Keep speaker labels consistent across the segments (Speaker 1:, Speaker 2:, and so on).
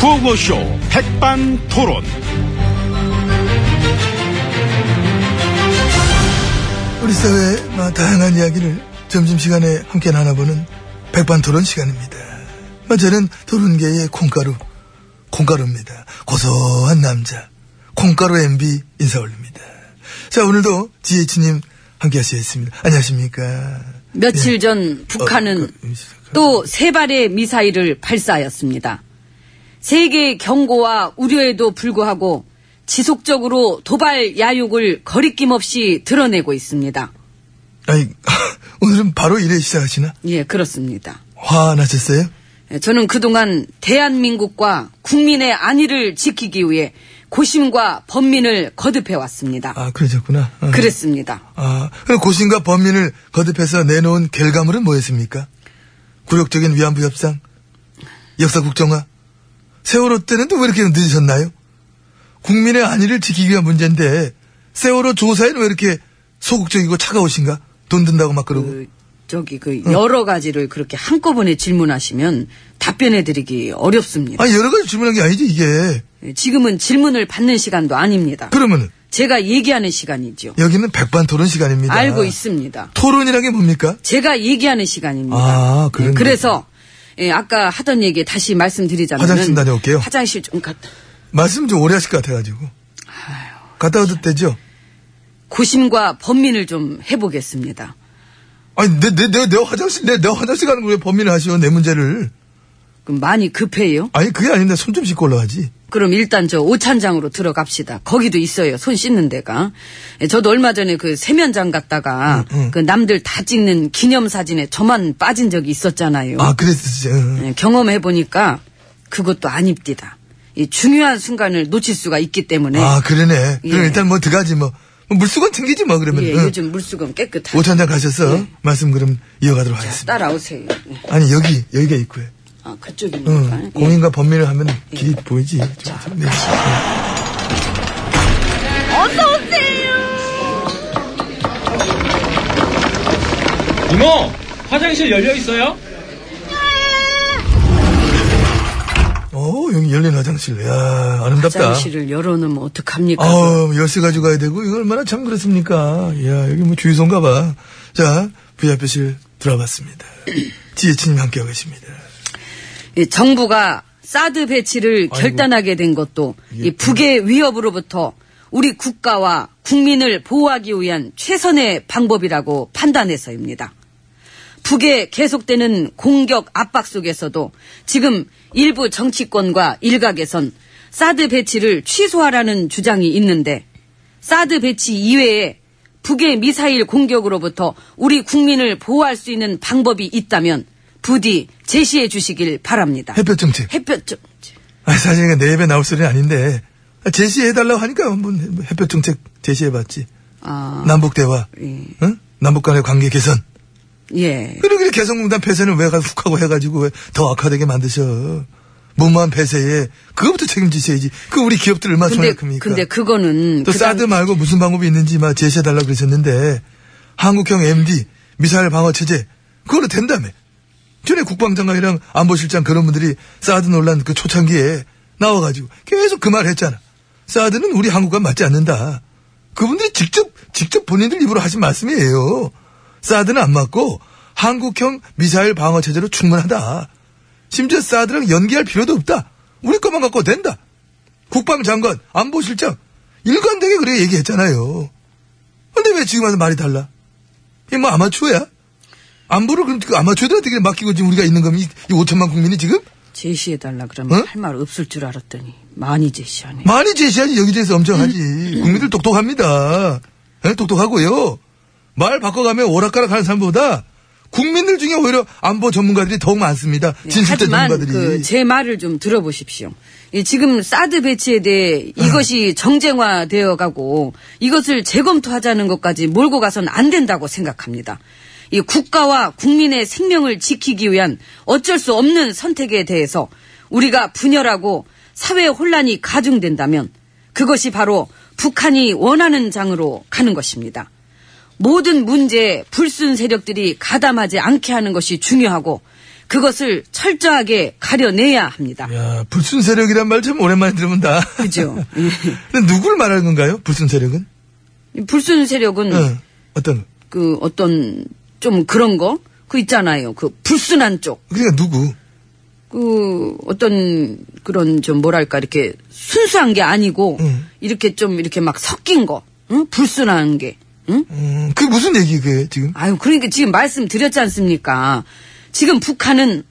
Speaker 1: 구호쇼 백반토론.
Speaker 2: 우리 사회의 뭐 다양한 이야기를 점심시간에 함께 나눠보는 백반토론 시간입니다. 뭐 저는 토론계의 콩가루, 콩가루입니다. 고소한 남자, 콩가루 MB 인사 올립니다. 자, 오늘도 GH님 함께 하시겠습니다. 안녕하십니까.
Speaker 3: 며칠 전 북한은
Speaker 2: 어, 그, 잠깐.
Speaker 3: 또 세 발의 미사일을 발사하였습니다. 세계 경고와 우려에도 불구하고 지속적으로 도발 야욕을 거리낌 없이 드러내고 있습니다.
Speaker 2: 아니, 오늘은 바로 일에 시작하시나?
Speaker 3: 예, 그렇습니다.
Speaker 2: 화나셨어요?
Speaker 3: 예, 저는 그동안 대한민국과 국민의 안위를 지키기 위해 고심과 범민을 거듭해왔습니다.
Speaker 2: 아, 그러셨구나. 어.
Speaker 3: 그랬습니다.
Speaker 2: 아, 그럼 고신과 범민을 거듭해서 내놓은 결과물은 뭐였습니까? 굴욕적인 위안부 협상? 역사 국정화? 세월호 때는 또 왜 이렇게 늦으셨나요? 국민의 안위를 지키기 위한 문제인데, 세월호 조사에는 왜 이렇게 소극적이고 차가우신가? 돈 든다고 막 그러고.
Speaker 3: 그, 저기 그 여러 가지를 그렇게 한꺼번에 질문하시면 답변해드리기 어렵습니다.
Speaker 2: 아니, 여러 가지 질문한 게 아니지, 이게.
Speaker 3: 예, 지금은 질문을 받는 시간도 아닙니다.
Speaker 2: 그러면은,
Speaker 3: 제가 얘기하는 시간이죠.
Speaker 2: 여기는 백반 토론 시간입니다.
Speaker 3: 알고 있습니다.
Speaker 2: 토론이란 게 뭡니까?
Speaker 3: 제가 얘기하는 시간입니다.
Speaker 2: 아, 그랬네.
Speaker 3: 예, 그래서 예, 아까 하던 얘기 다시 말씀드리자면
Speaker 2: 화장실 다녀올게요.
Speaker 3: 화장실 좀 갔다.
Speaker 2: 말씀 좀 오래 하실 것 같아가지고. 갔다 와도 되죠?
Speaker 3: 고심과 범민을 좀 해보겠습니다.
Speaker 2: 아니, 내, 내, 내, 내 화장실, 내, 내 화장실 가는 걸 왜 범인을 하시오, 내 문제를.
Speaker 3: 그럼 많이 급해요?
Speaker 2: 아니, 그게 아닌데, 손 좀 씻고 올라가지.
Speaker 3: 그럼 일단 저 오찬장으로 들어갑시다. 거기도 있어요. 손 씻는 데가. 예, 저도 얼마 전에 그 세면장 갔다가
Speaker 2: 음,
Speaker 3: 그 남들 다 찍는 기념사진에 저만 빠진 적이 있었잖아요.
Speaker 2: 아, 그랬었지. 어.
Speaker 3: 음, 경험해 보니까 그것도 아닙디다. 이 중요한 순간을 놓칠 수가 있기 때문에
Speaker 2: 아, 그러네. 그럼
Speaker 3: 예.
Speaker 2: 일단 뭐 들어가지, 뭐. 뭐 물수건 챙기지, 뭐, 그러면.
Speaker 3: 예,
Speaker 2: 응.
Speaker 3: 요즘 네. 물수건 깨끗하게
Speaker 2: 오천장 가셔서 말씀 그럼 이어가도록 하겠습니다.
Speaker 3: 따라오세요. 예.
Speaker 2: 아니, 여기, 여기가 입구에.
Speaker 3: 아
Speaker 2: 응.
Speaker 3: 그쪽입니까? 예.
Speaker 2: 공인과 범민을 하면 길이 보이지. 좀, 좀 내리시-
Speaker 4: 이모 화장실 열려 있어요?
Speaker 2: 어, 여기 열린 화장실. 야 아름답다.
Speaker 3: 화장실을 열어놓으면 어떡합니까?
Speaker 2: 아우, 열쇠 가지고 가야 되고, 이거 얼마나 참 그렇습니까? 야, 여기 뭐 주유소인가 봐. 자, VIP실 들어봤습니다. 지혜진님 함께하고 계십니다.
Speaker 3: 이 예, 정부가 사드 배치를 결단하게 된 것도
Speaker 2: 예,
Speaker 3: 이
Speaker 2: 음.
Speaker 3: 북의 위협으로부터 우리 국가와 국민을 보호하기 위한 최선의 방법이라고 판단해서입니다. 북의 계속되는 공격 압박 속에서도 지금 일부 정치권과 일각에선 사드 배치를 취소하라는 주장이 있는데 사드 배치 이외에 북의 미사일 공격으로부터 우리 국민을 보호할 수 있는 방법이 있다면 부디 제시해 주시길 바랍니다.
Speaker 2: 햇볕 정책.
Speaker 3: 햇볕 좀
Speaker 2: 아, 사실 이게 내 입에 나올 소리는 아닌데 아, 제시해달라고 하니까 한번 햇볕 정책 제시해봤지.
Speaker 3: 아,
Speaker 2: 남북 대화,
Speaker 3: 예.
Speaker 2: 응? 남북 간의 관계 개선.
Speaker 3: 예.
Speaker 2: 그리고 개성공단 폐쇄는 왜 가서 훅하고 해가지고 왜 더 악화되게 만드셔. 무모한 폐쇄에 그것부터 책임지셔야지. 그 우리 기업들 얼마나
Speaker 3: 근데
Speaker 2: 손해입니까?
Speaker 3: 근데 그거는
Speaker 2: 또
Speaker 3: 그
Speaker 2: 사드 말고 무슨 방법이 있는지 막 제시해달라고 그러셨는데 한국형 MD 미사일 방어 체제 그걸로 된다며. 전에 국방장관이랑 안보실장 그런 분들이 사드 논란 그 초창기에 나와가지고 계속 그 말 했잖아. 사드는 우리 한국과 맞지 않는다. 그분들이 직접 직접 본인들 입으로 하신 말씀이에요. 사드는 안 맞고 한국형 미사일 방어 체제로 충분하다. 심지어 사드랑 연계할 필요도 없다. 우리 것만 갖고 된다. 국방장관, 안보실장 일관되게 그래 얘기했잖아요. 근데 왜 지금 와서 말이 달라? 이뭐 아마추어야? 안보를 그럼 그 아마추어들한테 그냥 맡기고 지금 우리가 있는 거면 이, 이 5천만 국민이 지금
Speaker 3: 제시해 달라 그러면
Speaker 2: 응?
Speaker 3: 할 말 없을 줄 알았더니 많이 제시하네.
Speaker 2: 많이 제시하지 여기저기서 엄청 하지.
Speaker 3: 음.
Speaker 2: 국민들 똑똑합니다. 예, 똑똑하고요. 말 바꿔가며 오락가락하는 사람보다 국민들 중에 오히려 안보 전문가들이 더욱 많습니다. 진실된
Speaker 3: 네, 예, 하지만
Speaker 2: 전문가들이.
Speaker 3: 그 제 말을 좀 들어보십시오. 이 지금 사드 배치에 대해
Speaker 2: 음.
Speaker 3: 이것이 정쟁화되어 가고 이것을 재검토하자는 것까지 몰고 가선 안 된다고 생각합니다. 이 국가와 국민의 생명을 지키기 위한 어쩔 수 없는 선택에 대해서 우리가 분열하고 사회 혼란이 가중된다면 그것이 바로 북한이 원하는 장으로 가는 것입니다. 모든 문제에 불순 세력들이 가담하지 않게 하는 것이 중요하고 그것을 철저하게 가려내야 합니다.
Speaker 2: 야, 불순 세력이란 말 참 오랜만에 들어본다.
Speaker 3: 그죠? 예.
Speaker 2: 근데 누굴 말하는 건가요? 불순 세력은?
Speaker 3: 이 불순 세력은
Speaker 2: 어, 어떤,
Speaker 3: 그 어떤 좀 그런 거 그 있잖아요. 그 불순한 쪽.
Speaker 2: 그러니까 누구?
Speaker 3: 그 어떤 그런 좀 뭐랄까 이렇게 순수한 게 아니고
Speaker 2: 응.
Speaker 3: 이렇게 좀 이렇게 막 섞인 거. 응? 불순한 게. 응?
Speaker 2: 음, 그게 무슨 얘기, 그게 지금?
Speaker 3: 아유, 그러니까 지금 말씀드렸지 않습니까? 지금 북한은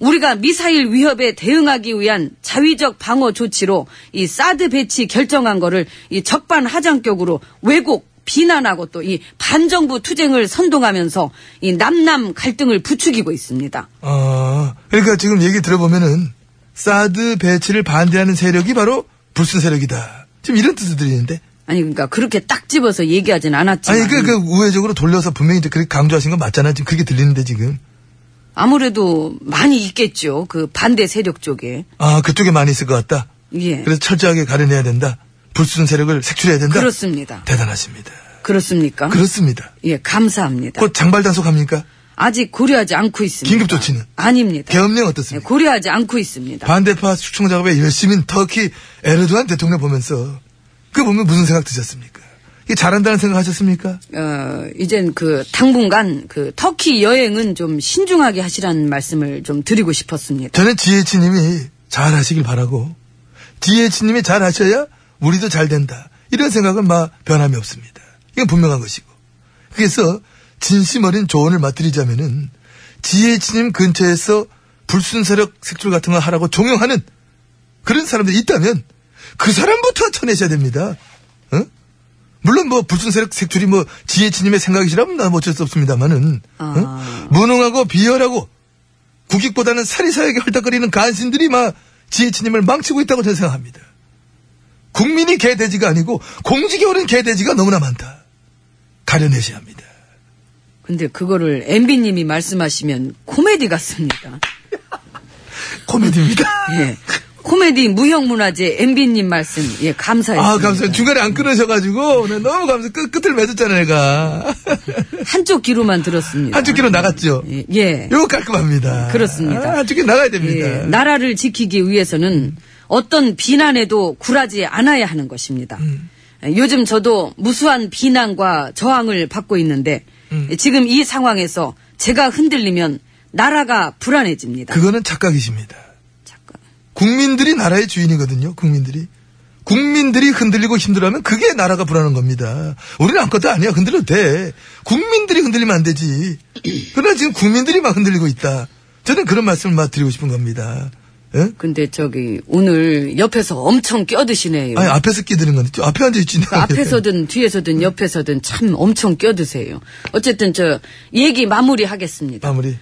Speaker 3: 우리가 미사일 위협에 대응하기 위한 자위적 방어 조치로 이 사드 배치 결정한 거를 이 적반하장격으로 왜곡 비난하고 또 이 반정부 투쟁을 선동하면서 이 남남 갈등을 부추기고 있습니다.
Speaker 2: 아, 그러니까 지금 얘기 들어보면은, 사드 배치를 반대하는 세력이 바로 불순 세력이다. 지금 이런 뜻을 들리는데?
Speaker 3: 아니 그러니까 그렇게 딱 집어서 얘기하진 않았지만
Speaker 2: 아니, 그, 그, 우회적으로 돌려서 분명히 이제 그렇게 강조하신 건 맞잖아. 지금 그렇게 들리는데, 지금.
Speaker 3: 아무래도 많이 있겠죠. 그 반대 세력 쪽에.
Speaker 2: 아, 그쪽에 많이 있을 것 같다.
Speaker 3: 예.
Speaker 2: 그래서 철저하게 가려내야 된다. 불순 세력을 색출해야 된다.
Speaker 3: 그렇습니다.
Speaker 2: 대단하십니다.
Speaker 3: 그렇습니까?
Speaker 2: 그렇습니다.
Speaker 3: 예, 감사합니다.
Speaker 2: 곧 장발단속합니까?
Speaker 3: 아직 고려하지 않고 있습니다.
Speaker 2: 긴급 조치는?
Speaker 3: 아닙니다.
Speaker 2: 계엄령
Speaker 3: 예,
Speaker 2: 어떻습니까?
Speaker 3: 고려하지 않고 있습니다.
Speaker 2: 반대파 숙청 작업에 열심인 터키 에르도안 대통령 보면서 그 보면 무슨 생각 드셨습니까? 이게 잘한다는 생각 하셨습니까?
Speaker 3: 어, 이젠 그 당분간 그 터키 여행은 좀 신중하게 하시라는 말씀을 좀 드리고 싶었습니다.
Speaker 2: 저는 GH님이 잘하시길 바라고 GH님이 잘하셔야 우리도 잘 된다. 이런 생각은 막 변함이 없습니다. 이건 분명한 것이고. 그래서 진심 어린 조언을 맞드리자면은 GH님 근처에서 불순세력 색출 같은 거 하라고 종용하는 그런 사람들이 있다면 그 사람부터 쳐내셔야 됩니다. 어? 물론 뭐 불순세력 색출이 뭐 GH님의 생각이시라면 나 어쩔 수 없습니다만은
Speaker 3: 아.
Speaker 2: 무능하고 비열하고 국익보다는 사리사욕에 헐떡거리는 간신들이 막 지혜치님을 망치고 있다고 저는 생각합니다. 국민이 개돼지가 아니고 공직에 오른 개돼지가 너무나 많다. 가려내셔야 합니다.
Speaker 3: 근데 그거를 MB님이 말씀하시면 코미디 같습니다.
Speaker 2: 그 코미디입니다.
Speaker 3: 예. 코미디 무형문화재 MB님 말씀, 예, 감사했습니다.
Speaker 2: 아, 감사합니다. 중간에 안 끊으셔가지고, 오늘 너무 감사, 끝, 끝을 맺었잖아요, 내가.
Speaker 3: 한쪽 귀로만 들었습니다.
Speaker 2: 한쪽 귀로 나갔죠?
Speaker 3: 예, 예.
Speaker 2: 요거 깔끔합니다.
Speaker 3: 그렇습니다.
Speaker 2: 아, 한쪽 귀 나가야 됩니다.
Speaker 3: 예, 나라를 지키기 위해서는 어떤 비난에도 굴하지 않아야 하는 것입니다.
Speaker 2: 음.
Speaker 3: 예, 요즘 저도 무수한 비난과 저항을 받고 있는데
Speaker 2: 음.
Speaker 3: 예, 지금 이 상황에서 제가 흔들리면 나라가 불안해집니다.
Speaker 2: 그거는 착각이십니다.
Speaker 3: 잠깐.
Speaker 2: 국민들이 나라의 주인이거든요. 국민들이. 국민들이 흔들리고 힘들어하면 그게 나라가 불안한 겁니다. 우리는 아무것도 아니야. 흔들려도 돼. 국민들이 흔들리면 안 되지. 그러나 지금 국민들이 막 흔들리고 있다. 저는 그런 말씀을 막 드리고 싶은 겁니다. 예?
Speaker 3: 근데 저기 오늘 옆에서 엄청 껴드시네요.
Speaker 2: 아니, 앞에서 끼드는 건데, 저 앞에 앉아있지.
Speaker 3: 그 앞에서든 뒤에서든 옆에서든 참 엄청 껴드세요. 어쨌든 저 얘기 마무리하겠습니다.
Speaker 2: 마무리.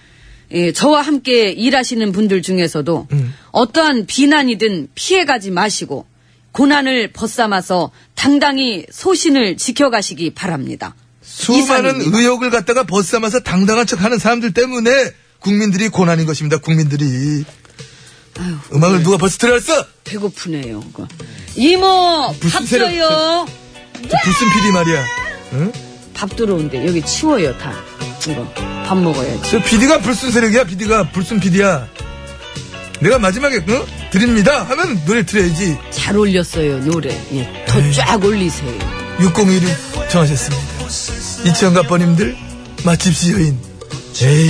Speaker 3: 예, 저와 함께 일하시는 분들 중에서도
Speaker 2: 음.
Speaker 3: 어떠한 비난이든 피해가지 마시고 고난을 벗삼아서 당당히 소신을 지켜가시기 바랍니다.
Speaker 2: 수많은
Speaker 3: 이상입니다.
Speaker 2: 의혹을 갖다가 벗삼아서 당당한 척 하는 사람들 때문에 국민들이 고난인 것입니다. 국민들이.
Speaker 3: 네.
Speaker 2: 음악을 누가 벌써 들어왔어?
Speaker 3: 배고프네요. 그거. 이모 밥
Speaker 2: 무슨 세력-
Speaker 3: 줘요.
Speaker 2: 저 불순 PD 말이야. 응?
Speaker 3: 밥 들어온대. 여기 치워요 다. 이거 밥 먹어야지.
Speaker 2: 저 PD가 불순 세력이야, PD가 불순 PD야. 내가 마지막에 어? 드립니다 하면 노래 들어야지.
Speaker 3: 잘 올렸어요 노래. 예, 더 쫙 올리세요.
Speaker 2: 6016 정하셨습니다. 이치영가 버님들 맛집시 여인. 에이.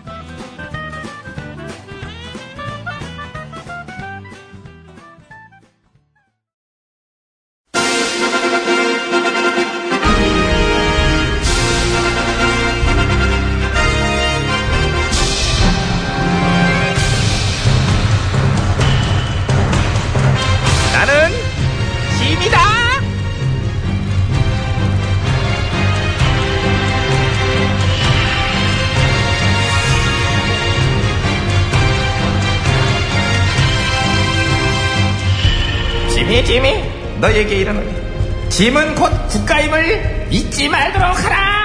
Speaker 5: 나는 짐이다. 짐이 짐이 너에게 이르노니 짐은 곧 국가임을 잊지 말도록 하라.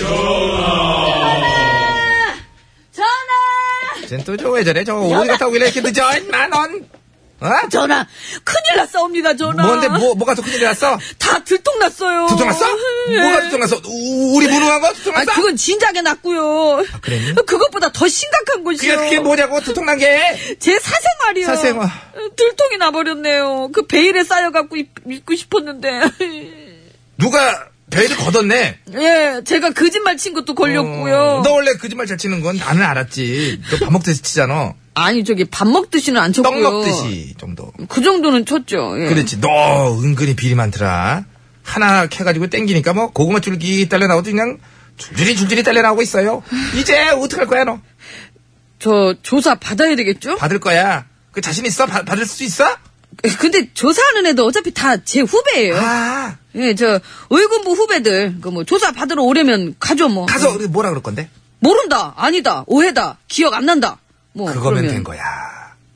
Speaker 3: 전화!
Speaker 5: 젠또 저왜 저래 저 어디 갔다 오길래 이렇게 늦어 인만 원. 어? 저
Speaker 3: 전화! 큰일 났사옵니다, 전화!
Speaker 5: 뭔데 뭐 뭐가 더 큰일 났어?
Speaker 3: 다 들통났어요.
Speaker 5: 두통났어?
Speaker 3: 예.
Speaker 5: 뭐가 두통났어? 우- 우리 무능한 거
Speaker 3: 아,
Speaker 5: 두통났어?
Speaker 3: 그건 진작에 났고요.
Speaker 5: 아, 그랬니?
Speaker 3: 그것보다 더 심각한
Speaker 5: 그게,
Speaker 3: 것이요.
Speaker 5: 그게 뭐냐고 두통난 게?
Speaker 3: 제 사생활이요.
Speaker 5: 사생활.
Speaker 3: 들통이 나버렸네요. 그 베일에 쌓여갖고 입, 입고 싶었는데.
Speaker 5: 누가 배를 걷었네.
Speaker 3: 예, 제가 거짓말 친 것도 걸렸고요.
Speaker 5: 어, 너 원래 거짓말 잘 치는 건 나는 알았지. 너 밥 먹듯이 치잖아.
Speaker 3: 아니, 저기 밥 먹듯이는 안 쳤고요.
Speaker 5: 떡 먹듯이 정도.
Speaker 3: 그 정도는 쳤죠. 예.
Speaker 5: 그렇지. 너 은근히 비리 많더라. 하나 캐가지고 땡기니까 뭐 고구마 줄기 딸려 나오도 그냥 줄줄이 줄줄이 딸려 나오고 있어요. 이제 어떡할 거야 너?
Speaker 3: 저 조사 받아야 되겠죠?
Speaker 5: 받을 거야. 그 자신 있어? 받- 받을 수 있어?
Speaker 3: 예, 근데 조사하는 애도 어차피 다 제 후배예요.
Speaker 5: 아
Speaker 3: 예, 저 의군부 후배들 그 뭐 조사 받으러 오려면 가죠 뭐.
Speaker 5: 가서 우리 뭐라 그럴 건데?
Speaker 3: 모른다, 아니다, 오해다, 기억 안 난다. 뭐
Speaker 5: 그거면
Speaker 3: 그러면-
Speaker 5: 된 거야.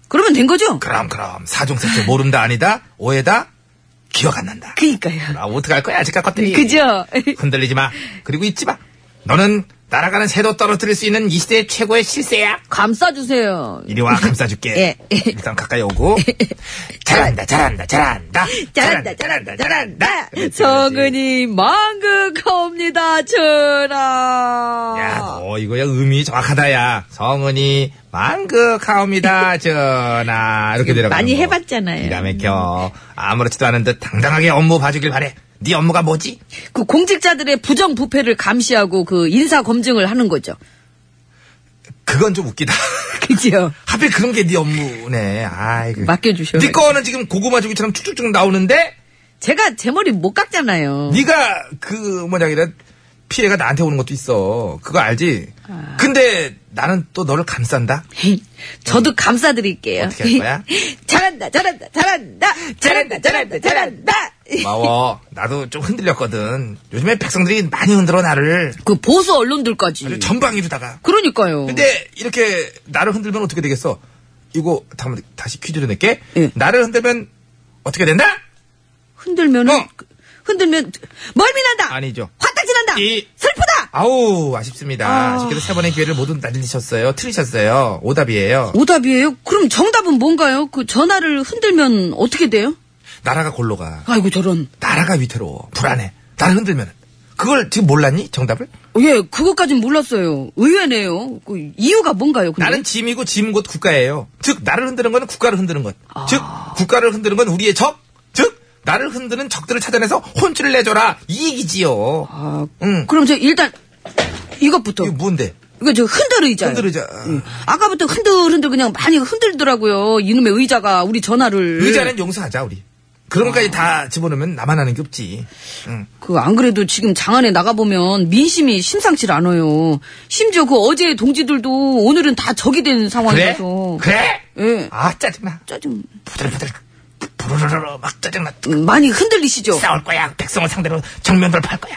Speaker 3: 그러면 된 거죠?
Speaker 5: 그럼 그럼 사종사조 모른다 아니다 오해다 기억 안 난다
Speaker 3: 그니까요.
Speaker 5: 나 어떡할 거야 아직까 것들이
Speaker 3: 예. 그죠?
Speaker 5: 흔들리지 마 그리고 잊지 마 너는 날아가는 새도 떨어뜨릴 수 있는 이 시대 최고의 실세야
Speaker 3: 감싸주세요.
Speaker 5: 이리 와 감싸줄게
Speaker 3: 예.
Speaker 5: 일단 가까이 오고 잘한다 잘한다 잘한다
Speaker 3: 잘한다, 잘한다, 잘한다. 성은이 망극합니다, 전하.
Speaker 5: 야너 이거야 의미 정확하다 야 성은이 만극하옵니다 전하 이렇게 내려가
Speaker 3: 많이 해봤잖아요.
Speaker 5: 기가 막혀 아무렇지도 않은 듯 당당하게 업무 봐주길 바래 네 업무가 뭐지?
Speaker 3: 그 공직자들의 부정부패를 감시하고 그 인사 검증을 하는 거죠.
Speaker 5: 그건 좀 웃기다.
Speaker 3: 그죠?
Speaker 5: 하필 그런 게 네 업무네. 아이고.
Speaker 3: 예. 맡겨주셔요.
Speaker 5: 네 거는 지금 고구마 주기처럼 쭉쭉쭉 나오는데
Speaker 3: 제가 제 머리 못 깎잖아요.
Speaker 5: 네가 그 뭐냐 이래 피해가 나한테 오는 것도 있어. 그거 알지? 근데 나는 또 너를 감싼다.
Speaker 3: 저도 감사드릴게요.
Speaker 5: 어떻게 할 거야?
Speaker 3: 잘한다, 잘한다, 잘한다, 잘한다, 잘한다, 잘한다.
Speaker 5: 고마워. 나도 좀 흔들렸거든. 요즘에 백성들이 많이 흔들어 나를.
Speaker 3: 그 보수 언론들까지.
Speaker 5: 아주 전방위로다가.
Speaker 3: 그러니까요.
Speaker 5: 근데 이렇게 나를 흔들면 어떻게 되겠어? 이거 다음 다시 퀴즈를 낼게.
Speaker 3: 예.
Speaker 5: 나를 흔들면 어떻게 된다?
Speaker 3: 흔들면은 그,
Speaker 5: 어.
Speaker 3: 흔들면 멀미난다.
Speaker 5: 아니죠.
Speaker 3: 화딱지난다.
Speaker 5: 이-
Speaker 3: 슬프다.
Speaker 5: 아우 아쉽습니다.
Speaker 3: 아.
Speaker 5: 아쉽게도 세 번의 기회를 모두 날리셨어요. 틀리셨어요. 오답이에요.
Speaker 3: 오답이에요? 그럼 정답은 뭔가요? 그 전화를 흔들면 어떻게 돼요?
Speaker 5: 나라가 골로가.
Speaker 3: 아이고 저런.
Speaker 5: 나라가 위태로워. 불안해. 나를 흔들면. 그걸 지금 몰랐니? 정답을?
Speaker 3: 예, 그것까진 몰랐어요. 의외네요. 그 이유가 뭔가요? 근데?
Speaker 5: 나는 짐이고 짐은 곧 국가예요. 즉 나를 흔드는 건 국가를 흔드는 것. 즉 국가를 흔드는 건 우리의 적. 즉 나를 흔드는 적들을 찾아내서 혼쭐을 내줘라. 이익이지요.
Speaker 3: 아,
Speaker 5: 응.
Speaker 3: 그럼 저 일단 이것부터.
Speaker 5: 음. 이거 뭔데?
Speaker 3: 이거 저 흔들 의자. 예.
Speaker 5: 흔들의자.
Speaker 3: 아까부터 흔들흔들 그냥 많이 흔들더라고요. 이놈의 의자가 우리 전화를.
Speaker 5: 의자는 용서하자 우리. 그런 것까지 다 집어넣으면 나만 하는 게 없지. 응.
Speaker 3: 그 안 그래도 지금 장안에 나가 보면 민심이 심상치 않아요. 심지어 그 어제 동지들도 오늘은 다 적이 된
Speaker 5: 그래?
Speaker 3: 상황이라서.
Speaker 5: 그래?
Speaker 3: 예.
Speaker 5: 아 짜증나.
Speaker 3: 짜증
Speaker 5: 부들부들 부르르르 막 짜증나
Speaker 3: 음, 많이 흔들리시죠?
Speaker 5: 싸울 거야 백성을 상대로 정면 돌파할 거야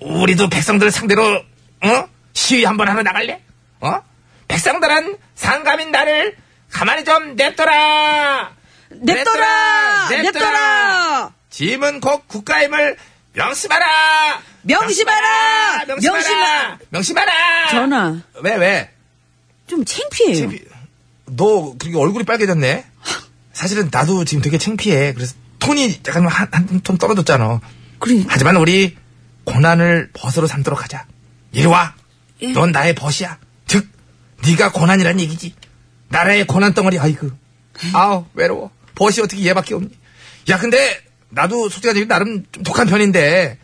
Speaker 5: 우리도 백성들을 상대로 어 시위 한번 하러 나갈래 어 백성들은 상감인 나를 가만히 좀 냅둬라
Speaker 3: 냅둬라! 냅둬라!
Speaker 5: 짐은 곧 국가임을 명심하라
Speaker 3: 명심하라!
Speaker 5: 명심하라 명심하라
Speaker 3: 전하.
Speaker 5: 왜왜
Speaker 3: 좀 창피해요.
Speaker 5: 너 그렇게 얼굴이 빨개졌네. 사실은 나도 지금 되게 창피해. 그래서 톤이 약간 한한톤 떨어졌잖아.
Speaker 3: 그러니까.
Speaker 5: 하지만 우리 고난을 벗으로 삼도록 하자. 이리 와.
Speaker 3: 예.
Speaker 5: 넌 나의 벗이야. 즉 네가 고난이란 얘기지. 나라의 고난 덩어리 아이고. 아우 외로워. 벗이 어떻게 얘밖에 없니? 야 근데 나도 솔직하게 나름 좀 독한 편인데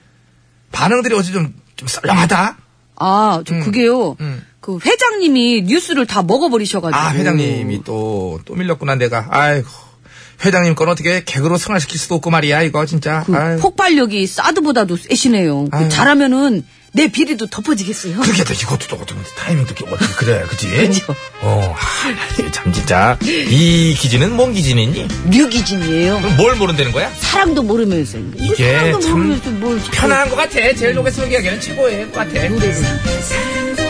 Speaker 5: 반응들이 어제 좀, 좀 썰렁하다?
Speaker 3: 아,
Speaker 5: 음.
Speaker 3: 저 그게요. 그 회장님이 뉴스를 다 먹어버리셔가지고.
Speaker 5: 아, 회장님이 또, 또 밀렸구나, 내가. 아이고. 회장님 건 어떻게 개그로 승화시킬 수도 없고 말이야, 이거 진짜.
Speaker 3: 그
Speaker 5: 아이고.
Speaker 3: 폭발력이 사드보다도 세시네요. 그
Speaker 5: 아유.
Speaker 3: 잘하면은 내 비리도 덮어지겠어요.
Speaker 5: 그렇게 또 이것도 저것도 타이밍도 끼고 어떻게 그래, 그치?
Speaker 3: 그죠.
Speaker 5: 어, 아, 이게 참 진짜. 이 기진은 뭔 기진이니?
Speaker 3: 류기진이에요.
Speaker 5: 그럼 뭘 모른다는 거야?
Speaker 3: 사랑도 모르면서.
Speaker 5: 이게
Speaker 3: 사랑도
Speaker 5: 참
Speaker 3: 모르면서 뭘. 자꾸
Speaker 5: 편안한 것 같아. 제일 로게 쓰는 기하기는 최고의 것 같아.
Speaker 3: 노래를.
Speaker 6: 사랑도